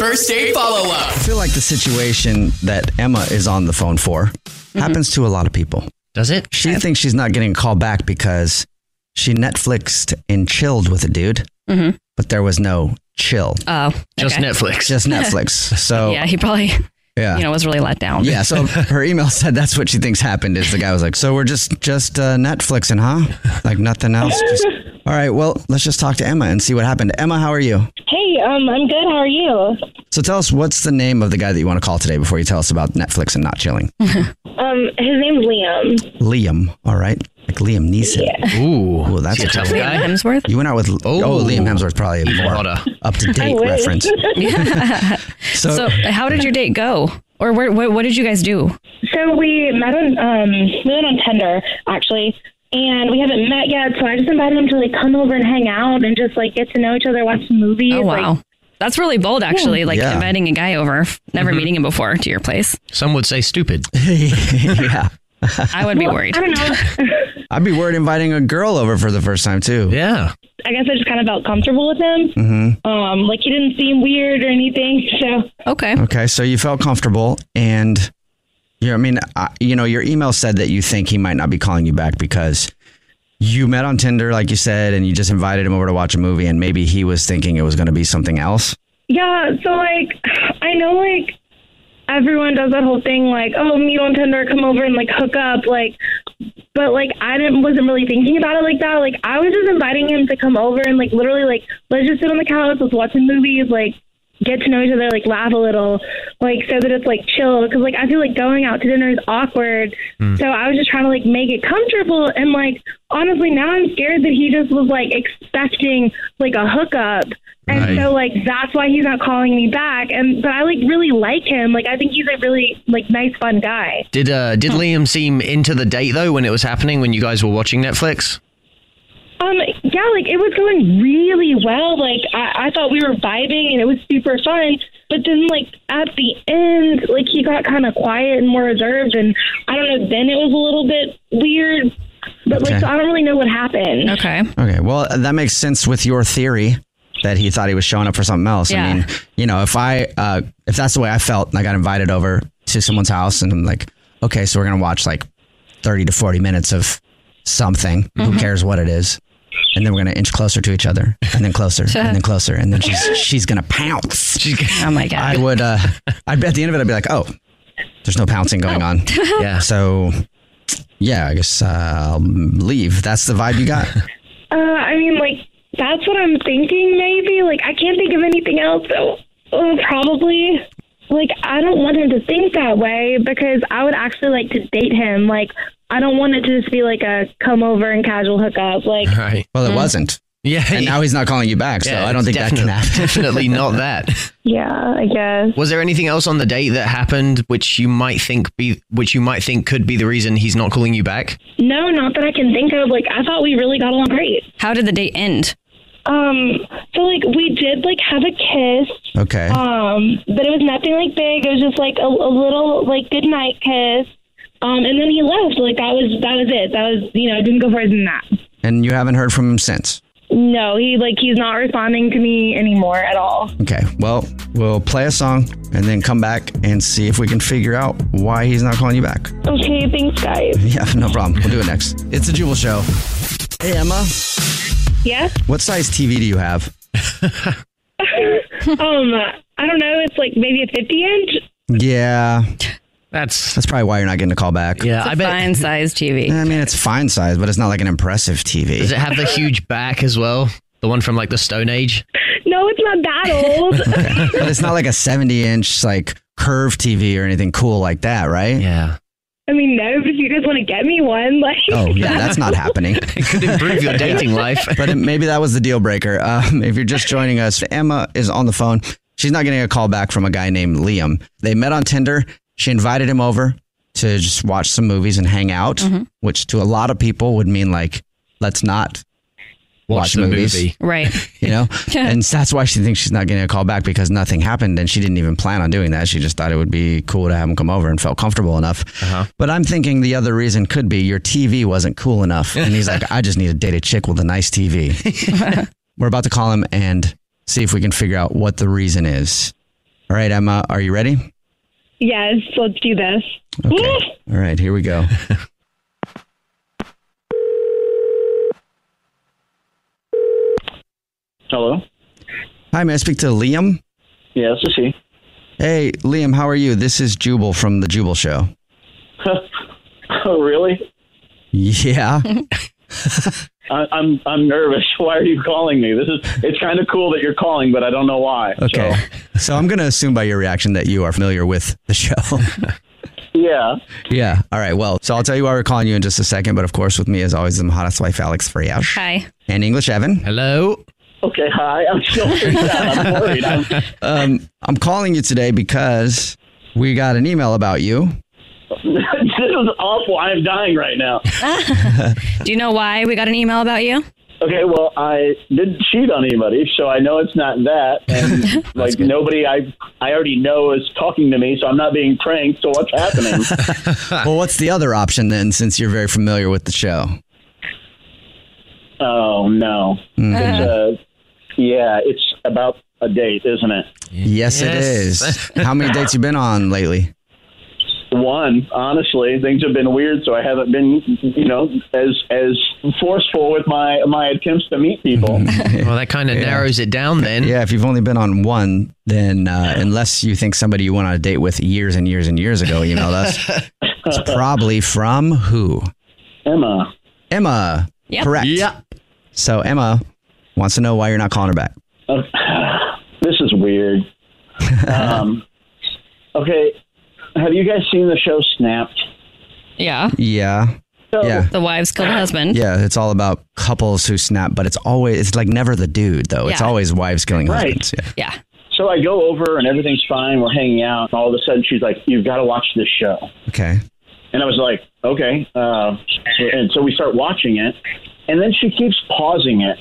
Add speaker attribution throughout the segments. Speaker 1: First date follow up.
Speaker 2: I feel like the situation that Emma is on the phone for
Speaker 3: Mm-hmm.
Speaker 2: happens to a lot of people.
Speaker 4: Does it?
Speaker 2: She thinks she's not getting a call back because she Netflixed and chilled with a dude,
Speaker 3: mm-hmm.
Speaker 2: but there was no chill.
Speaker 3: Oh, okay.
Speaker 4: just Netflix.
Speaker 2: Just Netflix. So
Speaker 3: yeah, he probably yeah. you know was really let down.
Speaker 2: Yeah. So her email said that's what she thinks happened. Is the guy was like, so we're just just uh, Netflixing, huh? Like nothing else. Just, all right. Well, let's just talk to Emma and see what happened. Emma, how are you?
Speaker 5: Hey, um, I'm good. How are you?
Speaker 2: So tell us what's the name of the guy that you want to call today before you tell us about Netflix and not chilling.
Speaker 5: um, his name's Liam.
Speaker 2: Liam. All right. Like Liam Neeson.
Speaker 5: Yeah.
Speaker 4: Ooh,
Speaker 2: Ooh, that's a tough
Speaker 3: guy. Hemsworth.
Speaker 2: You went out with oh, oh Liam Hemsworth probably a more up to date reference.
Speaker 3: Oh, so, so, how did your date go? Or where, what, what did you guys do?
Speaker 5: So we met on um, we met on Tinder actually, and we haven't met yet. So I just invited him to like come over and hang out and just like get to know each other, watch some movies.
Speaker 3: Oh wow.
Speaker 5: Like,
Speaker 3: that's really bold, actually. Like yeah. inviting a guy over, never mm-hmm. meeting him before, to your place.
Speaker 4: Some would say stupid.
Speaker 2: yeah.
Speaker 3: I would well, be worried.
Speaker 5: I don't know.
Speaker 2: I'd be worried inviting a girl over for the first time too.
Speaker 4: Yeah.
Speaker 5: I guess I just kind of felt comfortable with him.
Speaker 2: Mm-hmm.
Speaker 5: Um, like he didn't seem weird or anything. So
Speaker 3: okay.
Speaker 2: Okay, so you felt comfortable, and you know, I mean, I, you know, your email said that you think he might not be calling you back because you met on Tinder, like you said, and you just invited him over to watch a movie, and maybe he was thinking it was going to be something else.
Speaker 5: Yeah. So like, I know like everyone does that whole thing like oh meet on tinder come over and like hook up like but like i didn't wasn't really thinking about it like that like i was just inviting him to come over and like literally like let's just sit on the couch let's watch some movies like get to know each other like laugh a little like so that it's like chill because like i feel like going out to dinner is awkward mm. so i was just trying to like make it comfortable and like honestly now i'm scared that he just was like expecting like a hookup and right. so like that's why he's not calling me back. And but I like really like him. Like I think he's a really like nice, fun guy.
Speaker 4: Did uh
Speaker 2: Hmm.
Speaker 4: did Liam seem into the date though when it was happening when you guys were watching Netflix?
Speaker 5: Um yeah, like it was going really well. Like I, I thought we were vibing and it was super fun. But then like at the end, like he got kind of quiet and more reserved and I don't know, then it was a little bit weird. But
Speaker 2: Okay.
Speaker 5: like so I don't really know what happened.
Speaker 3: Okay.
Speaker 2: Okay, well that makes sense with your theory that he thought he was showing up for something else.
Speaker 3: Yeah.
Speaker 2: I mean, you know, if I uh, if that's the way I felt, and I got invited over to someone's house, and I'm like, okay, so we're gonna watch like thirty to forty minutes of something.
Speaker 3: Mm-hmm.
Speaker 2: Who cares what it is? And then we're gonna inch closer to each other, and then closer, and then closer, and then she's she's gonna pounce.
Speaker 3: Oh my god.
Speaker 2: I would. Uh, I'd be at the end of it. I'd be like, oh, There's no pouncing going on. yeah. So, yeah, I guess uh, I'll leave. That's the vibe you got.
Speaker 5: Uh, I mean, like that's what I'm thinking. Maybe like I can't think of anything else. So oh, probably like I don't want him to think that way because I would actually like to date him. Like I don't want it to just be like a come over and casual hookup. Like
Speaker 4: Right.
Speaker 2: Well, it wasn't.
Speaker 4: Yeah.
Speaker 2: And now he's not calling you back, so
Speaker 4: Yeah,
Speaker 2: I don't think that can
Speaker 4: definitely-
Speaker 2: happen.
Speaker 4: Definitely not that.
Speaker 5: yeah, I guess.
Speaker 4: Was there anything else on the date that happened which you might think be which you might think could be the reason he's not calling you back?
Speaker 5: No, not that I can think of. Like I thought we really got along great.
Speaker 3: How did the date end?
Speaker 5: Um, so like we did like have a kiss.
Speaker 2: Okay.
Speaker 5: Um, but it was nothing like big. It was just like a, a little like good night kiss. Um, and then he left. Like that was that was it. That was you know it didn't go further than that.
Speaker 2: and you haven't heard from him since.
Speaker 5: No, he like he's not responding to me anymore at all.
Speaker 2: Okay. Well, we'll play a song and then come back and see if we can figure out why he's not calling you back.
Speaker 5: Okay, thanks guys.
Speaker 2: Yeah, no problem. We'll do it next. It's a Jubal show. Hey, Emma.
Speaker 5: Yeah.
Speaker 2: What size TV do you have?
Speaker 5: um, I don't know. It's like maybe a fifty inch.
Speaker 2: Yeah. That's that's probably why you're not getting a call back. Yeah,
Speaker 3: It's a fine size TV.
Speaker 2: I mean, it's fine size, but it's not like an impressive TV.
Speaker 4: Does it have the huge back as well? The one from like the Stone Age?
Speaker 5: No, it's not that old.
Speaker 2: but it's not like a 70 inch like curved TV or anything cool like that, right?
Speaker 4: Yeah.
Speaker 5: I mean, no, but if you guys want to get me one, like
Speaker 2: Oh yeah, that's not happening. it
Speaker 4: could improve your dating life.
Speaker 2: But it, maybe that was the deal breaker. Um, if you're just joining us, Emma is on the phone. She's not getting a call back from a guy named Liam. They met on Tinder. She invited him over to just watch some movies and hang out, which to a lot of people would mean like, let's not watch,
Speaker 4: Watch the
Speaker 2: movies.
Speaker 4: movie.
Speaker 3: Right.
Speaker 2: You know, and that's why she thinks she's not getting a call back because nothing happened and she didn't even plan on doing that. She just thought it would be cool to have him come over and felt comfortable enough. But I'm thinking the other reason could be your TV wasn't cool enough. And he's like, I just need to date a chick with a nice TV. We're about to call him and see if we can figure out what the reason is. All right, Emma, are you ready?
Speaker 5: yes, let's do this.
Speaker 2: All right, here we go.
Speaker 6: Hello.
Speaker 2: Hi, may I speak to Liam?
Speaker 6: Yeah, this is he.
Speaker 2: Hey, Liam, how are you? This is Jubal from The Jubal Show.
Speaker 6: oh, really?
Speaker 2: Yeah.
Speaker 6: I, I'm I'm nervous. Why are you calling me? This is it's kind of cool that you're calling, but I don't know why.
Speaker 2: Okay. So I'm going to assume by your reaction that you are familiar with the show.
Speaker 6: Yeah.
Speaker 2: yeah. All right. Well, so I'll tell you why we're calling you in just a second. But of course, with me, as always, the hottest wife, Alex Friash.
Speaker 3: Hi.
Speaker 2: And English Evan. Hello.
Speaker 6: Okay. Hi. I'm still freaked out. I'm worried. I'm,
Speaker 2: Um, I'm calling you today because we got an email about you.
Speaker 6: this is awful. I am dying right now.
Speaker 3: Do you know why we got an email about you?
Speaker 6: Okay. Well, I didn't cheat on anybody, so I know it's not that. And like nobody I I already know is talking to me, so I'm not being pranked. So what's happening?
Speaker 2: well, what's the other option then, since you're very familiar with the show?
Speaker 6: oh no. It's, uh, yeah. It's about a date, isn't it?
Speaker 2: Yes, it
Speaker 6: Yes.
Speaker 2: is. How many dates you been on lately?
Speaker 6: One, honestly, things have been weird, so I haven't been, you know, as as forceful with my my attempts to meet people.
Speaker 2: well,
Speaker 4: that kind of narrows it down then.
Speaker 2: Yeah, if you've only been on one, then uh, unless you think somebody you went on a date with years and years and years ago emailed us, it's probably from who?
Speaker 6: Emma.
Speaker 2: Emma.
Speaker 6: Yep.
Speaker 2: Correct.
Speaker 6: Yep.
Speaker 2: So Emma wants to know why you're not calling her back.
Speaker 6: Uh, this is weird. Um, okay, have you guys seen the show Snapped?
Speaker 3: Yeah.
Speaker 2: Yeah. yeah.
Speaker 3: The wives kill the husband.
Speaker 2: Yeah, it's all about couples who snap, but it's always it's like never the dude though. It's
Speaker 6: Yeah.
Speaker 2: always wives killing
Speaker 6: Right.
Speaker 2: husbands. Yeah.
Speaker 3: Yeah.
Speaker 6: So I go over and everything's fine. We're hanging out, and all of a sudden she's like, "You've got to watch this show."
Speaker 2: Okay.
Speaker 6: And I was like, okay. Uh, and so we start watching it. And then she keeps pausing it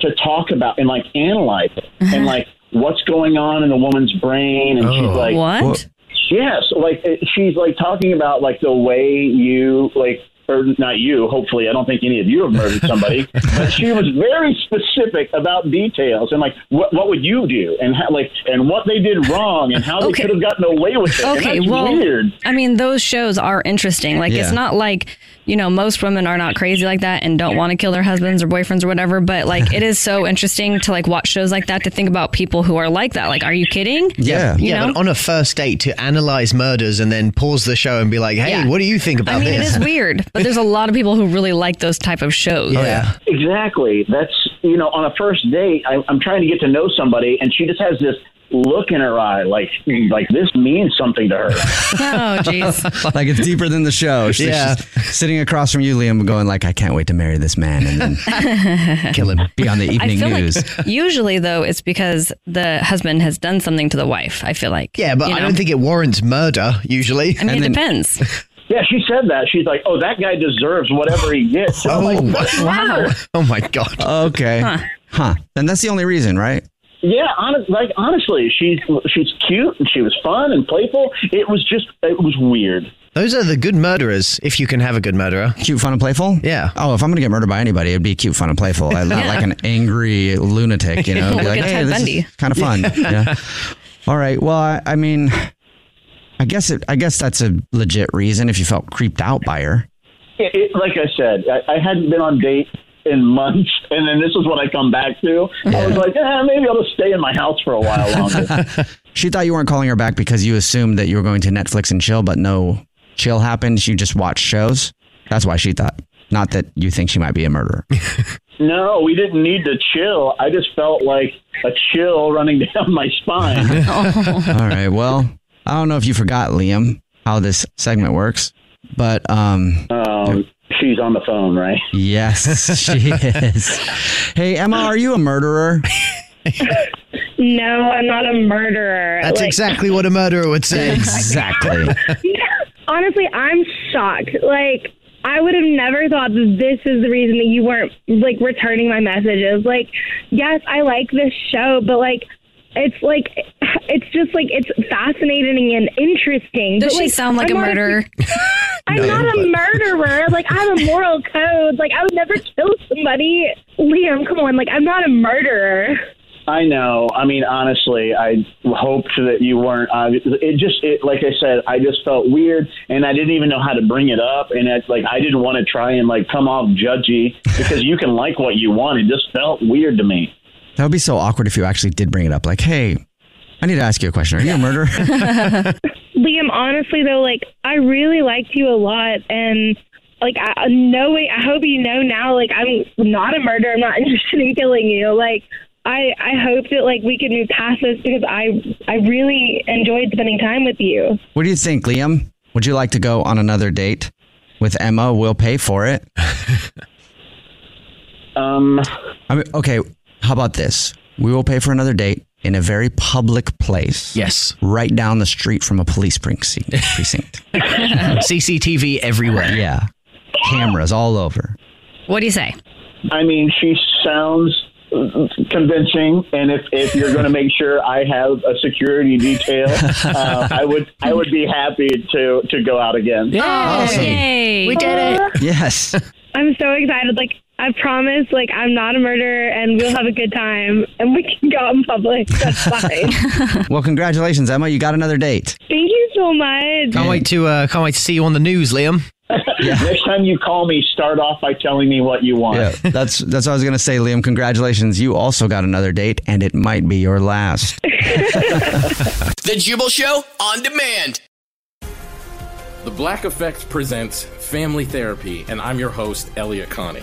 Speaker 6: to talk about and like analyze it and like what's going on in the woman's brain. And
Speaker 7: Oh.
Speaker 6: she's like,
Speaker 7: What? Wha-
Speaker 6: Yes. Like it, she's like talking about like the way you like. Or not you. Hopefully, I don't think any of you have murdered somebody. but she was very specific about details and like what what would you do and how, like and what they did wrong and how
Speaker 3: Okay.
Speaker 6: they could have gotten away with it. And
Speaker 3: Okay,
Speaker 6: that's
Speaker 3: well,
Speaker 6: weird.
Speaker 3: I mean, those shows are interesting. Like,
Speaker 6: Yeah.
Speaker 3: it's not like you know, most women are not crazy like that and don't want to kill their husbands or boyfriends or whatever. But like, it is so interesting to like watch shows like that to think about people who are like that. Like, are you kidding?
Speaker 4: Yeah,
Speaker 3: You
Speaker 4: yeah.
Speaker 3: know?
Speaker 4: But on a first date, to analyze murders and then pause the show and be like, "Hey,
Speaker 3: Yeah.
Speaker 4: what do you think about
Speaker 3: I mean,
Speaker 4: this?"
Speaker 3: it is weird, but there's a lot of people who really like those type of shows.
Speaker 6: Exactly. That's, you know, on a first date, I, I'm trying to get to know somebody, and she just has this look in her eye like, like this means something to her.
Speaker 3: Oh, jeez.
Speaker 2: like it's deeper than the show. She's
Speaker 4: Yeah.
Speaker 2: just sitting across from you, Liam, going like, "I can't wait to marry this man and then kill him." Be on the
Speaker 3: I
Speaker 2: evening
Speaker 3: feel
Speaker 2: news.
Speaker 3: like usually though it's because the husband has done something to the wife. I feel like.
Speaker 4: Yeah, but
Speaker 3: you
Speaker 4: I
Speaker 3: know?
Speaker 4: don't think it warrants murder usually.
Speaker 3: I mean, it depends.
Speaker 6: Yeah, she said that. She's like, oh, that guy deserves whatever he gets. And I'm like, "What?"
Speaker 3: wow.
Speaker 4: Oh my god.
Speaker 2: Okay.
Speaker 3: Huh.
Speaker 2: Huh. And that's the only reason, right?
Speaker 3: Oh.
Speaker 6: Yeah, honest, like honestly, she's she's cute and she was fun and playful. It was just it was weird.
Speaker 4: Those are the good murderers, if you can have a good murderer.
Speaker 2: Cute, fun, and playful.
Speaker 4: Yeah.
Speaker 2: Oh, if I'm gonna get murdered by anybody, it'd be cute, fun, and playful. I'm not
Speaker 4: Yeah.
Speaker 2: like an angry lunatic, you know.
Speaker 4: Look
Speaker 2: be like,
Speaker 4: at
Speaker 2: hey,
Speaker 4: Ted
Speaker 2: this
Speaker 4: Bundy."
Speaker 2: is kind of fun.
Speaker 4: Yeah.
Speaker 2: yeah. All right. Well, I, I mean, I guess it. I guess that's a legit reason if you felt creeped out by her.
Speaker 6: It, it, like I said, I, I hadn't been on date in months, and then this is what I come back to. I was like, eh, maybe I'll just stay in my house for a while longer.
Speaker 2: she thought you weren't calling her back because you assumed that you were going to Netflix and chill, but no chill happened. You just watched shows. That's why she thought. Not that you think she might be a murderer.
Speaker 6: no, we didn't need to chill. I just felt like a chill running down my spine.
Speaker 2: All right. Well, I don't know if you forgot, Liam, how this segment works, but um,
Speaker 6: um she's on the phone, right?
Speaker 2: Yes, she is. Hey, Emma, are you a murderer?
Speaker 5: No, I'm not a murderer.
Speaker 4: That's
Speaker 5: Like,
Speaker 4: exactly what a murderer would say.
Speaker 2: Exactly.
Speaker 5: Honestly, I'm shocked. Like, I would have never thought that this is the reason that you weren't like returning my messages. Like, yes, I like this show, but like, it's like, it's just like it's fascinating and interesting.
Speaker 3: Does
Speaker 5: but,
Speaker 3: she sound like
Speaker 5: I'm
Speaker 3: a
Speaker 5: honestly-
Speaker 3: murderer?
Speaker 5: I'm not a murderer. Like, I have a moral code. Like, I would never kill somebody. Liam, come on. Like, I'm not a murderer.
Speaker 6: I know. I mean, honestly, I hoped that you weren't. Uh, it just, it, like I said, I just felt weird, and I didn't even know how to bring it up, and it's like I didn't want to try and like come off judgy because you can like what you want. It just felt weird to me.
Speaker 2: That would be so awkward if you actually did bring it up. Like, hey, I need to ask you a question. Are you a murderer?
Speaker 5: Liam, honestly though, like I really liked you a lot, and like I knowing, I hope you know now, like I'm not a murderer. I'm not interested in killing you. Like I, I hope that like we could move past this because I, I really enjoyed spending time with you.
Speaker 2: What do you think, Liam? Would you like to go on another date with Emma? We'll pay for it.
Speaker 6: um.
Speaker 2: I mean, okay. How about this? We will pay for another date in a very public place.
Speaker 4: Yes.
Speaker 2: Right down the street from a police precinct. precinct.
Speaker 4: CCTV everywhere.
Speaker 2: Yeah. Cameras all over.
Speaker 3: What do you say?
Speaker 6: I mean, she sounds convincing, and if if you're going to make sure I have a security detail, uh, I would I would be happy to to go out again.
Speaker 2: Yeah. Awesome.
Speaker 3: Yay.
Speaker 5: We did it.
Speaker 2: Yes.
Speaker 5: I'm so excited. Like I promise, like I'm not a murderer, and we'll have a good time, and we can go out in public. That's fine.
Speaker 2: well, congratulations, Emma. You got another date.
Speaker 5: Thank you so much.
Speaker 4: Can't wait to uh, can't wait to see you on the news, Liam.
Speaker 6: Next time you call me, start off by telling me what you want.
Speaker 2: Yeah, that's that's what I was gonna say, Liam. Congratulations, you also got another date, and it might be your last.
Speaker 1: The Jubal Show on demand.
Speaker 8: The Black Effect presents Family Therapy, and I'm your host, Elliot Connie.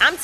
Speaker 9: I'm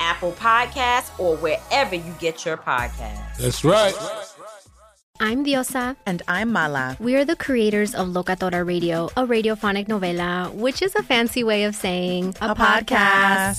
Speaker 9: Apple Podcasts, or wherever you get your podcasts.
Speaker 10: That's right.
Speaker 11: I'm Diosa.
Speaker 12: And I'm Mala.
Speaker 11: We are the creators of Locatora Radio, a radiophonic novela, which is a fancy way of saying
Speaker 12: a, podcast.